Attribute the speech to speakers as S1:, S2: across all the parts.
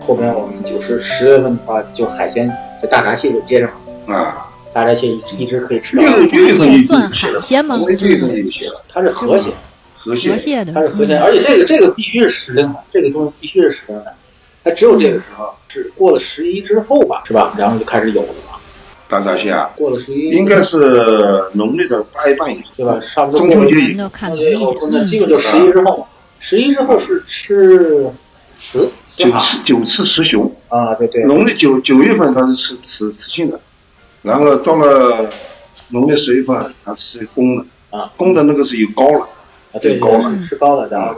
S1: 后边我们就是十月份的话，就海鲜这大闸蟹就接上了，
S2: 啊，
S1: 大闸蟹一直可以吃到
S2: 绿。绿色
S3: 蟹
S2: 一
S3: 算海鲜吗？
S2: 绿色一些了，
S1: 它是河蟹，
S2: 河
S3: 河
S2: 蟹
S3: 蟹的
S1: 它是河蟹，
S3: 嗯
S1: 而且这个这个必须是时令的，这个东西必须是时令的，它只有这个时候是过了十一之后吧，是吧？然后就开始有了嘛。
S2: 大闸蟹啊，
S1: 过了十一
S2: 应该是农历的八月半以后，
S1: 对吧？差不多
S2: 中秋节
S3: 咱都看
S1: 中秋
S3: 农
S1: 节
S3: 历
S1: 以后，那基
S3: 去，
S1: 本就十一之后嘛。十一之后是吃雌雌
S2: 九
S1: 蛤
S2: 次九次雌雄，
S1: 啊，对对，
S2: 农历九九月份它是吃雌雌性的，然后到了农历十月份它吃公的，
S1: 啊，
S2: 公的那个是有膏了，
S1: 啊，对，
S2: 对嗯高
S3: 嗯
S1: 是是高的，然后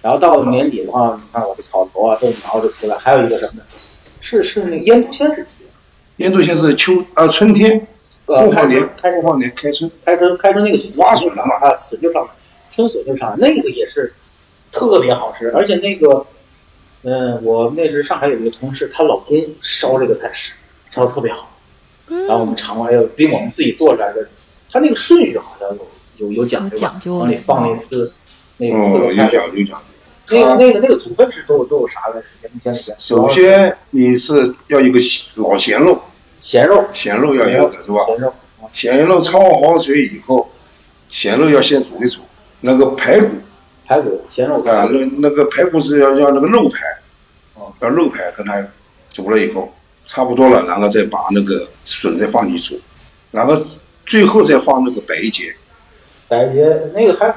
S1: 然后到年底的话，你看我的草头啊、豆苗就出来，还有一个什么呢？是是那个腌笃鲜是几？
S2: 印度现在是秋啊春天
S1: 呃，
S2: 过
S1: 开
S2: 好
S1: 春
S2: 年
S1: 开春
S2: 过好年开春，
S1: 开春开春那个笋
S2: 挖笋了嘛
S1: 啊，笋就上来，春笋就上来，那个也是特别好吃，而且那个，嗯，我那时上海有一个同事，她老公烧这个菜吃，烧的特别好，然后我们
S3: 嗯，
S1: 尝过，又比我们自己做出来的，他那个顺序好像有有有讲究吧，
S3: 有讲究啊
S1: 往里放那四那个哎四
S2: 哦，有
S1: 个
S2: 讲
S1: 菜
S2: 究有讲究。
S1: 那个那个那个组分是都有都有啥的？先先
S2: 首先你是要一个老咸肉，
S1: 咸肉，
S2: 咸肉要有的是吧？
S1: 咸肉啊
S2: 咸肉焯好水以后，咸肉要先煮一煮，那个排骨
S1: 排骨咸肉
S2: 啊
S1: 排，骨
S2: 那那个排骨是要要那个肉排
S1: 哦，
S2: 要肉排跟它煮了以后差不多了，然后再把那个笋再放进去，然后最后再放那个白节，
S1: 白节那个还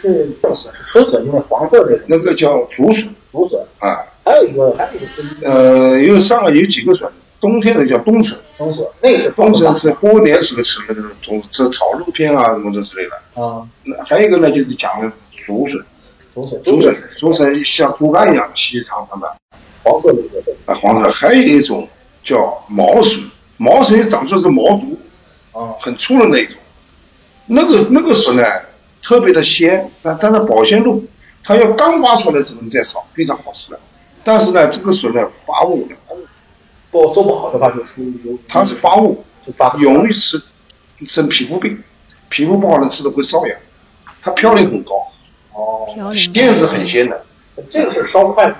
S1: 是正笋，是春笋，就是黄色这个
S2: 那个叫竹笋
S1: 竹笋，
S2: 啊，
S1: 还有一个还有一个冬
S2: 呃，有上海有几个笋，冬天的叫冬笋，
S1: 冬笋，那个是
S2: 冬
S1: 笋
S2: 笋是过年时候吃的那种冬，这炒肉片啊什么这之类的。
S1: 啊，
S2: 那还有一个呢，就是讲的竹笋，
S1: 竹笋
S2: 竹笋
S1: 是，
S2: 竹笋像竹竿一样细长长的。
S1: 黄色的一个对
S2: 啊，黄色，还有一种叫毛笋，毛笋长出来是毛竹，
S1: 啊
S2: 很粗的那一种。那个那个笋呢，特别的鲜，但但是保鲜度，它要刚挖出来的时候你再炒，非常好吃的。但是呢，这个笋呢发物的，
S1: 不做不好的话就出油，
S2: 它是发物，
S1: 就发
S2: 容易吃生皮肤病，皮肤不好的吃的会瘙痒。它嘌呤很高，
S1: 哦，
S3: 嘌呤
S2: 鲜是很鲜的。
S1: 这个是烧块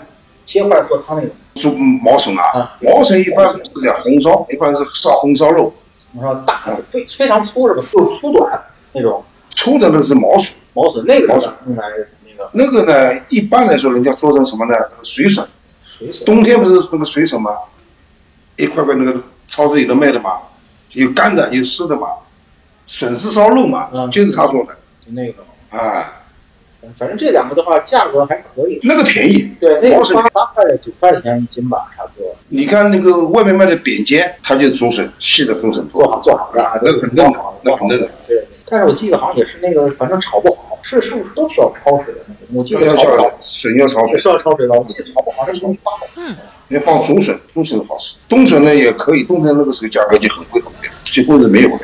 S1: 切块做汤那种，
S2: 猪毛笋啊
S1: 啊，
S2: 毛笋一般是在红烧，一般是烧红烧肉，
S1: 你说大非非常粗是吧？就是粗短那种
S2: 粗的那是毛笋。
S1: 毛笋，那个
S2: 毛笋
S1: 应该是那个
S2: 那个呢，一般来说，人家做成什么呢？那个水笋，
S1: 水笋。
S2: 冬天不是那个水笋吗？一块块那个超市里头卖的嘛，有干的，有湿的嘛。笋是烧肉嘛，
S1: 嗯
S2: 就是他做的
S1: 就那个，
S2: 啊，
S1: 反正这两个的话价格还可以。
S2: 那个便宜。
S1: 对，那
S2: 毛
S1: 个
S2: 笋
S1: 八八块九块钱一斤吧，差不多。
S2: 你看那个外面卖的扁尖，它就是竹笋，细的竹笋
S1: 做好做好
S2: 啊，那个很嫩的，那个很嫩的，
S1: 对，但是我记得好像也是那个，反正炒不好，是是不是都需要焯水的那种？我记
S2: 要
S1: 得
S2: 要
S1: 炒不
S2: 焯
S1: 好
S2: 笋要焯
S1: 也
S2: 水，
S1: 是要焯水的，我记得炒不好，这容易发霉。
S3: 嗯，
S2: 要放竹笋，竹笋好吃。冬笋呢也可以，冬笋那个时候价格就很贵很贵，几乎是没有的。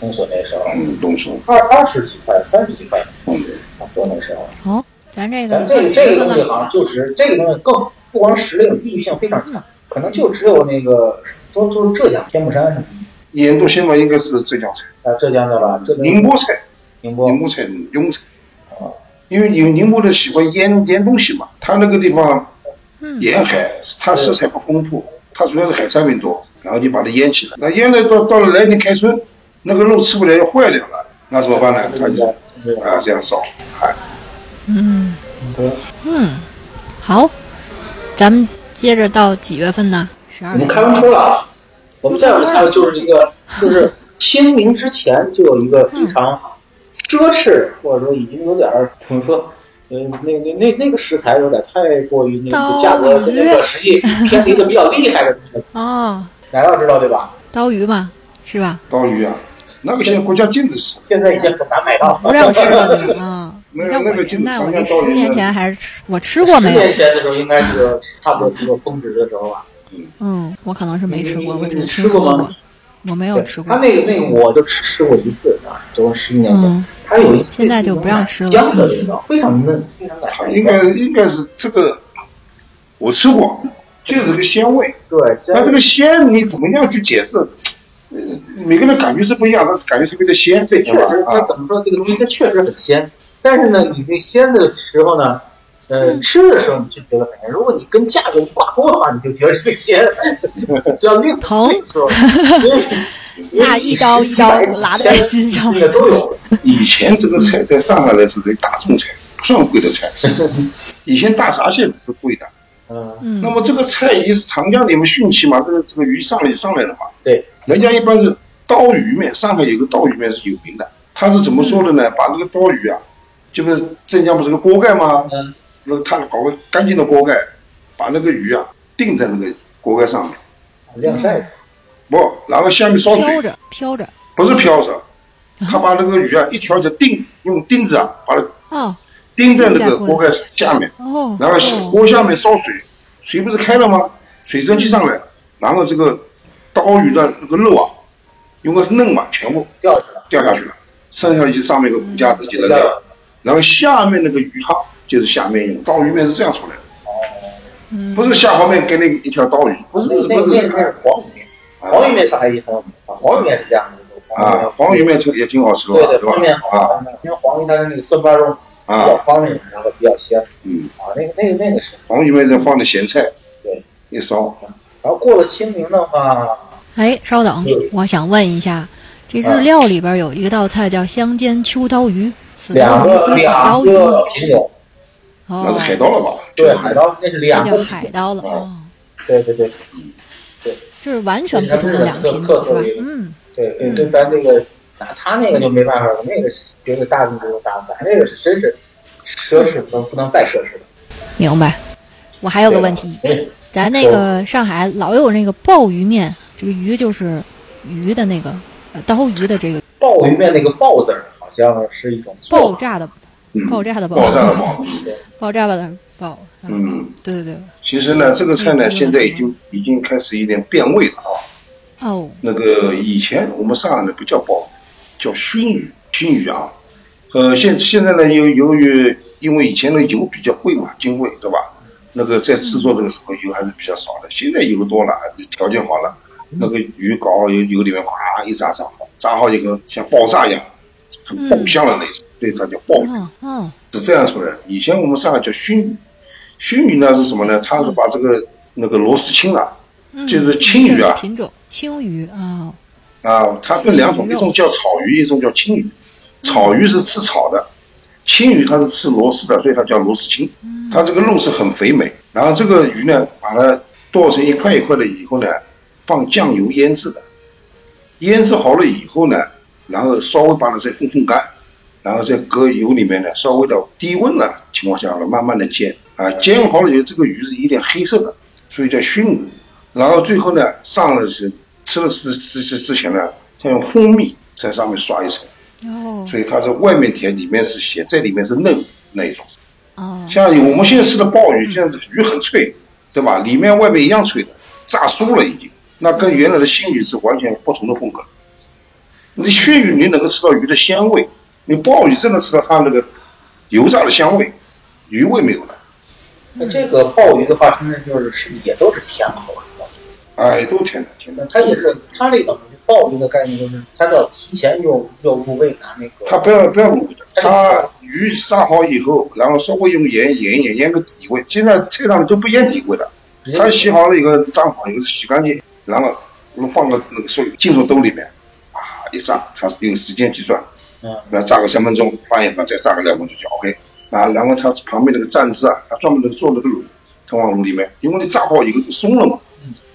S1: 冬笋那时候
S2: 嗯，冬笋，
S1: 二二十几块，三十几块，
S2: 嗯，
S1: 差不多那时候。
S3: 好，咱这个
S1: 咱这个
S3: 几
S1: 这
S3: 月
S1: 个
S3: 份
S1: 东西
S3: 了？
S1: 好像就只这个东西更不光时令，地域性非常强，可能就只有那个都都是浙江天目山什么
S2: 盐都鲜嘛应该是浙江菜。
S1: 的，啊，浙江的吧，浙江
S2: 宁波菜，
S1: 宁波
S2: 宁波菜，雍菜
S1: 哦，
S2: 啊因为宁宁波人喜欢腌腌东西嘛，他那个地方
S3: 嗯，
S2: 沿海，它食材不丰富，它主要是海产品多，然后就把它腌起来。那腌了到到了来年开春，那个肉吃不了要坏掉了，那怎么办
S1: 嗯
S2: 呢？他就
S1: 对
S2: 啊这样烧，啊，
S3: 嗯
S1: 对
S3: 嗯，好，咱们接着到几月份呢？十二
S1: 我
S3: 月
S1: 们。开完车了啊！我们下边看的就是一个，就是清明之前就有一个非常
S3: 嗯
S1: 奢侈，或者说已经有点儿怎么说，嗯，那那那那个食材有点太过于那个价格跟那个实际偏离的比较厉害的东西，
S3: 哦，
S1: 奶酪知道对吧？
S3: 刀鱼嘛，是吧？
S2: 刀鱼啊，那个现在国家禁止吃，
S3: 嗯
S1: 现在已经很难买到了。
S3: 不让吃了那个啊，
S2: 那
S3: 你
S2: 个
S3: 看
S2: 那个
S3: 我这
S2: 进
S3: 那
S2: 长
S3: 我
S2: 江
S3: 这
S2: 高
S3: 十
S2: 原
S3: 年
S2: 的
S3: 前还是吃我吃过
S1: 十
S3: 没有？
S1: 年前的时候，应该是差不多是个峰值的时候啊吧。
S3: 嗯，我可能是没吃过，
S1: 你
S3: 我只是
S1: 你
S3: 听
S1: 吃
S3: 说
S1: 过吗
S3: 过，我没有
S1: 对
S3: 吃过
S1: 他。那个那个，我就吃吃过一次啊，都十几年前。
S3: 嗯，
S1: 它有一
S3: 现在就不让吃了
S1: 姜的味道非常嫩，非常奶
S2: 它
S1: 香。
S2: 应该应该是这个，我吃过，就是这个鲜味。
S1: 对，现
S2: 那
S1: 在
S2: 这个鲜你怎么样去解释？呃每个人感觉是不一样，他感觉特别的鲜，
S1: 对，
S2: 吧
S1: 确实，它
S2: 啊，
S1: 怎么说这个东西它确实很鲜，但是呢，你那鲜的时候呢，呃，吃的时候你是觉得很鲜，如果你跟价格一挂钩的话，你就觉得这个鲜叫另
S3: 疼
S1: 说，因为
S3: 那一刀一刀拉在心上
S1: 那。个都有。
S2: 啊以前这个
S1: 嗯
S2: 菜在上海来说属于大众菜，不算贵 的菜。以前大闸蟹只是贵的，
S1: 嗯，
S3: 嗯
S2: 那，么这个菜一长江里面汛期嘛，这个这个鱼上来上来了嘛，
S1: 对，
S2: 人家一般是刀鱼面，上海有个刀鱼面是有名的，他是怎么做的呢？把那个刀鱼啊，就是镇江不是个锅盖吗？
S1: 嗯，
S2: 那他搞个干净的锅盖，把那个鱼啊定在那个锅盖上面，
S1: 晾晒。
S2: 不，然后下面烧
S3: 飘
S2: 水，
S3: 着啊飘着，
S2: 不是飘着，他把那个鱼啊一条条钉，用钉子啊把它
S3: 哦
S2: 钉在那个锅盖下面，
S3: 哦
S2: 然后下
S3: 哦，
S2: 锅下面烧水，水不是开了吗？水蒸气上来，然后这个刀鱼的那个肉啊，因为嫩嘛，全部
S1: 掉下来，
S2: 掉下去了，剩下的就上面一个骨架子就扔
S1: 掉下
S2: 掉，
S1: 来
S2: 然后下面那个鱼汤就是下面用刀鱼面是这样出来的，
S3: 嗯
S2: 不是下方面跟那个一条刀鱼，不是
S1: 那
S2: 不是
S1: 那
S2: 不
S1: 那
S2: 是
S1: 那是黄鱼面，黄
S2: 啊
S1: 鱼面上海也很有名，黄鱼面是这样的。
S2: 啊，黄鱼面这个也挺好吃的
S1: 对
S2: 吧，
S1: 对，
S2: 对吧
S1: 黄面好，？
S2: 啊
S1: 因为黄鱼它的那个酸巴肉比较
S2: 啊，
S1: 方便，然后比较鲜
S2: 嗯，
S1: 啊。那个那个那个是，
S2: 黄鱼面再放点咸菜，
S1: 对，
S2: 一烧，
S1: 然后过了清明的话，
S3: 哎，稍等，我想问一下，这
S1: 啊
S3: 日料里边有一个道菜叫香煎秋刀鱼，死
S1: 两
S3: 刀鱼、
S1: 个
S3: 死
S1: 两
S3: 刀鱼，
S1: 个品种，
S2: 那
S3: 哦
S2: 是，海刀了吧？
S1: 对，海，刀那是
S3: 这
S1: 两
S3: 叫
S1: 个啊品
S3: 海
S1: 种，
S3: 刀了
S2: 嗯
S3: 哦，
S1: 对对对
S3: 这是完全不同的两个品种是吧？嗯，
S1: 对对，跟咱这个，那他那个就没办法了，那个是绝对大众中的大众，咱这个是真是奢侈不不能再奢侈了。
S3: 明白。我还有个问题，
S1: 嗯，
S3: 咱那个上海老啊有那个鲍鱼面，这个鱼就是鱼的那个呃刀鱼的这个
S1: 鲍鱼面那个鲍字儿好像是一种做
S3: 爆
S1: 法，
S3: 炸的
S2: 嗯，
S3: 爆炸的爆
S2: 爆炸了嘛，
S3: 爆炸的爆，啊
S2: 嗯。
S3: 对对对，
S2: 其实呢，这个菜呢，
S3: 嗯
S2: 现在已经已经开始有点变味了啊。
S3: 哦，
S2: 那个以前我们上海呢不叫鲍，叫熏鱼，熏鱼啊。呃，现现在呢，由由于因为以前的油比较贵嘛，精贵对吧？那个在制作这个时候油还是比较少的，现在油多了，条件好了，那个鱼搞好油油里面哗一炸炸好，炸好以后像爆炸一样，很爆香的那种，所以它叫鲍鱼。
S3: 哦哦，
S2: 是这样出来的。以前我们上海叫熏鱼，熏鱼呢是什么呢？它是把这个那个螺丝青啊，
S3: 嗯
S2: 就是青鱼啊
S3: 品种青鱼啊，
S2: 啊，它分两种，一种叫草鱼，一种叫青鱼。草鱼是吃草的，青鱼它是吃螺丝的，所以它叫螺丝青。它这个肉是很肥美，然后这个鱼呢，把它剁成一块一块的以后呢，放酱油腌制的，腌制好了以后呢，然后稍微把它再烘烘干，然后再搁油里面呢，稍微的低温的情况下呢，慢慢的煎啊，煎好了以后，这个鱼是有点黑色的，所以叫熏鱼。然后最后呢，上了是吃了之之之之前呢，要用蜂蜜在上面刷一层，
S3: 哦
S2: 所以它是外面甜，里面是咸，在里面是嫩那一种。
S3: 哦，
S2: 像我们现在吃的鲍鱼，现在鱼很脆，对吧？里面外面一样脆的，炸酥了已经。那跟原来的鲜鱼是完全不同的风格。你熏鱼你能够吃到鱼的鲜味，你鲍鱼真的吃到它那个油炸的香味，鱼味没有了。
S1: 那这个鲍鱼的话，它就是是也都是甜口的。
S2: 哎，都甜的，甜的。
S1: 它也是它这个鲍鱼的概念就是，它要提前用要入味拿那个，
S2: 它不要不要卤的，它鱼杀好以后，然后稍微用盐盐一盐腌个底味。现在菜上都不腌底味了，
S1: 直接
S2: 它洗好了以后，炸好以后洗干净，然后放到那个水金属兜里面，啊，一炸，它是有时间计算，
S1: 嗯，
S2: 那炸个三分钟，翻一翻，再炸个两分钟就 OK。啊，然后它旁边那个蘸汁啊，它专门那个做那个卤，它往卤里面，因为你炸好以后就松了嘛，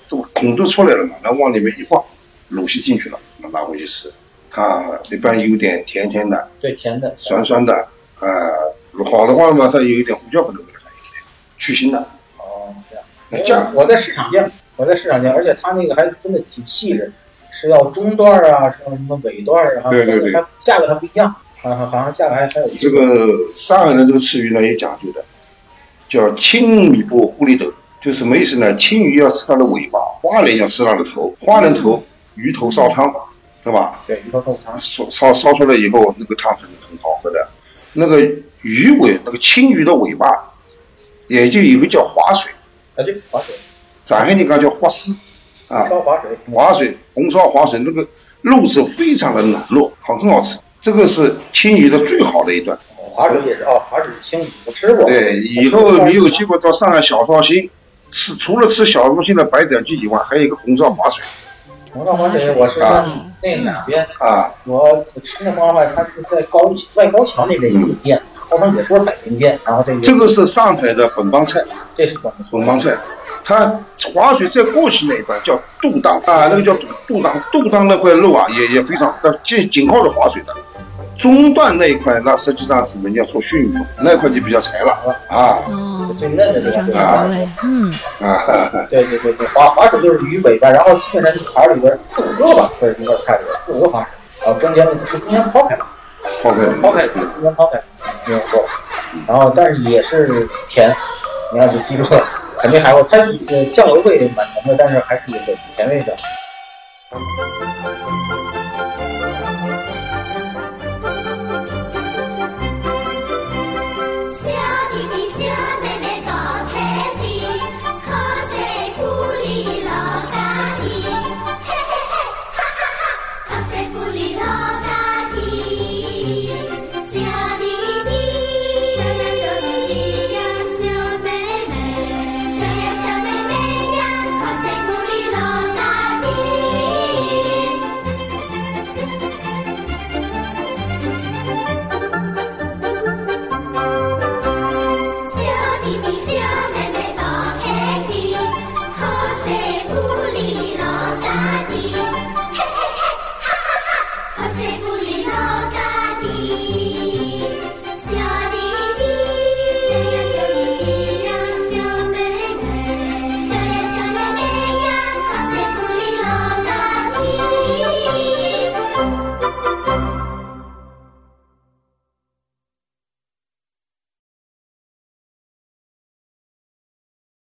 S2: 这个孔都出来了嘛，然后往里面一放，卤吸进去了，那拿回去吃。它一般有点甜甜的，
S1: 对甜的，
S2: 酸酸的，呃，好的话嘛，它有一点胡椒粉的味道，还有一点去腥的。
S1: 哦，这样。
S2: 那酱
S1: 我在市场见，我在市场见，而且它那个还真的挺细致，是要中段啊，是要什么尾段啊，
S2: 对对对
S1: 它价格它不一样，好像好像价格还还有一
S2: 这个上海人这个吃鱼呢有讲究的，叫青米波糊里头，就什么意思呢？青鱼要吃它的尾巴，花鲢要吃它的头，花鲢头鱼头烧汤，对吧？
S1: 对，鱼头豆腐汤，
S2: 烧烧烧出来以后，那个汤很很好喝的。那个鱼尾，那个青鱼的尾巴，也就有个叫划水，
S1: 啊对，划水，
S2: 上海人讲叫划丝，啊，
S1: 烧划水，
S2: 划水，红烧划水，那个肉质非常的软糯，好很好吃。这个是青鱼的最好的一段。
S1: 划水也是哦，划水是青鱼，我吃过。
S2: 对，以后你有机会到上海小绍兴吃，除了吃小绍兴的白斩鸡以外，还有一个红烧划水
S1: 红烧划水，我是在
S2: 啊
S1: 那两边，
S2: 啊。
S1: 我吃那方饭，它是在高外高桥那边有个店，后面也是百年店，然后这个
S2: 这个是上海的本帮菜，
S1: 这是我们
S2: 本帮菜。它划水再过去那一段叫肚裆啊，那个叫肚肚裆，肚裆那块肉啊也也非常，它紧紧靠着划水的。中段那一块，那实际上是人家做熏鱼，那一块就比较柴了啊
S3: 哦，
S1: 最嫩的
S3: 非常
S1: 那
S3: 讲
S1: 个。
S3: 究哎，嗯，
S2: 啊哈哈！
S1: 对对对对，滑滑手就是鱼尾巴，然后基本上一盘里边四五个吧，或者一个菜里边四五个滑手，然后中间那个是中间抛开嘛，
S2: 好的，
S1: 抛开嗯中间抛开没有错，然后但是也是甜，你要是记住了，肯定还会它呃酱油味蛮浓的，但是还是有点甜味的。
S4: 小弟弟小妹妹抱天地，靠谁鼓里老大 地，嘿嘿嘿，哈哈哈，靠谁鼓里老大地，小弟弟，小呀小弟弟呀，小妹妹，小呀小妹妹呀，靠谁鼓里老大地。小弟弟、小妹妹抱天地，靠谁不离老大地？嘿嘿嘿，哈哈哈，靠谁不